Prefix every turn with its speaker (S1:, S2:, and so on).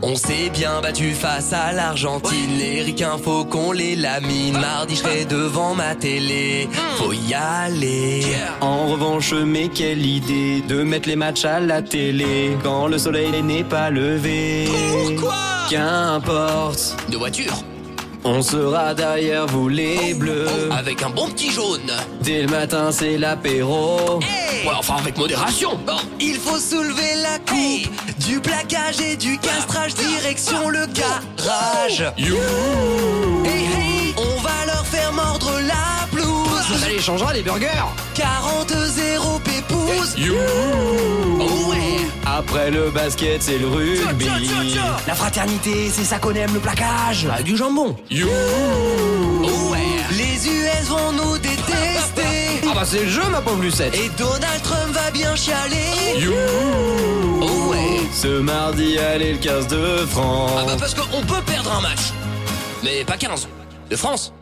S1: On s'est bien battu face à l'Argentine, les ricains faut qu'on les lamine. Mardi je serai devant ma télé, faut y aller. En revanche, mais quelle idée de mettre les matchs à la télé quand le soleil n'est pas levé.
S2: Pourquoi
S1: Qu'importe,
S2: De voiture
S1: on sera derrière vous les bleus.
S2: Oh,
S1: Ah.
S2: Avec un bon petit jaune
S1: Dès le matin, c'est l'apéro.
S2: Ouais, enfin avec modération Bon
S1: Il faut soulever la coupe du plaquage et du castrage direction le garage.
S2: You
S1: Hey, hey, on va leur faire mordre la blouse.
S2: les changera les burgers
S1: 40-0 pépouze.
S2: You
S1: Oh ouais. Après le basket, c'est le rugby.
S2: Tiens, tiens, tiens, tiens.
S1: La fraternité, c'est ça qu'on aime, le plaquage. Avec du jambon.
S2: You
S1: Oh ouais. Les US vont nous détester.
S2: bah c'est le jeu ma pauvre Lucette
S1: Et Donald Trump va bien chialer.
S2: You
S1: Oh ouais. Ah, bah, Ce mardi, allez le 15 de France.
S2: Ah bah parce qu'on peut perdre un match Mais pas 15 De France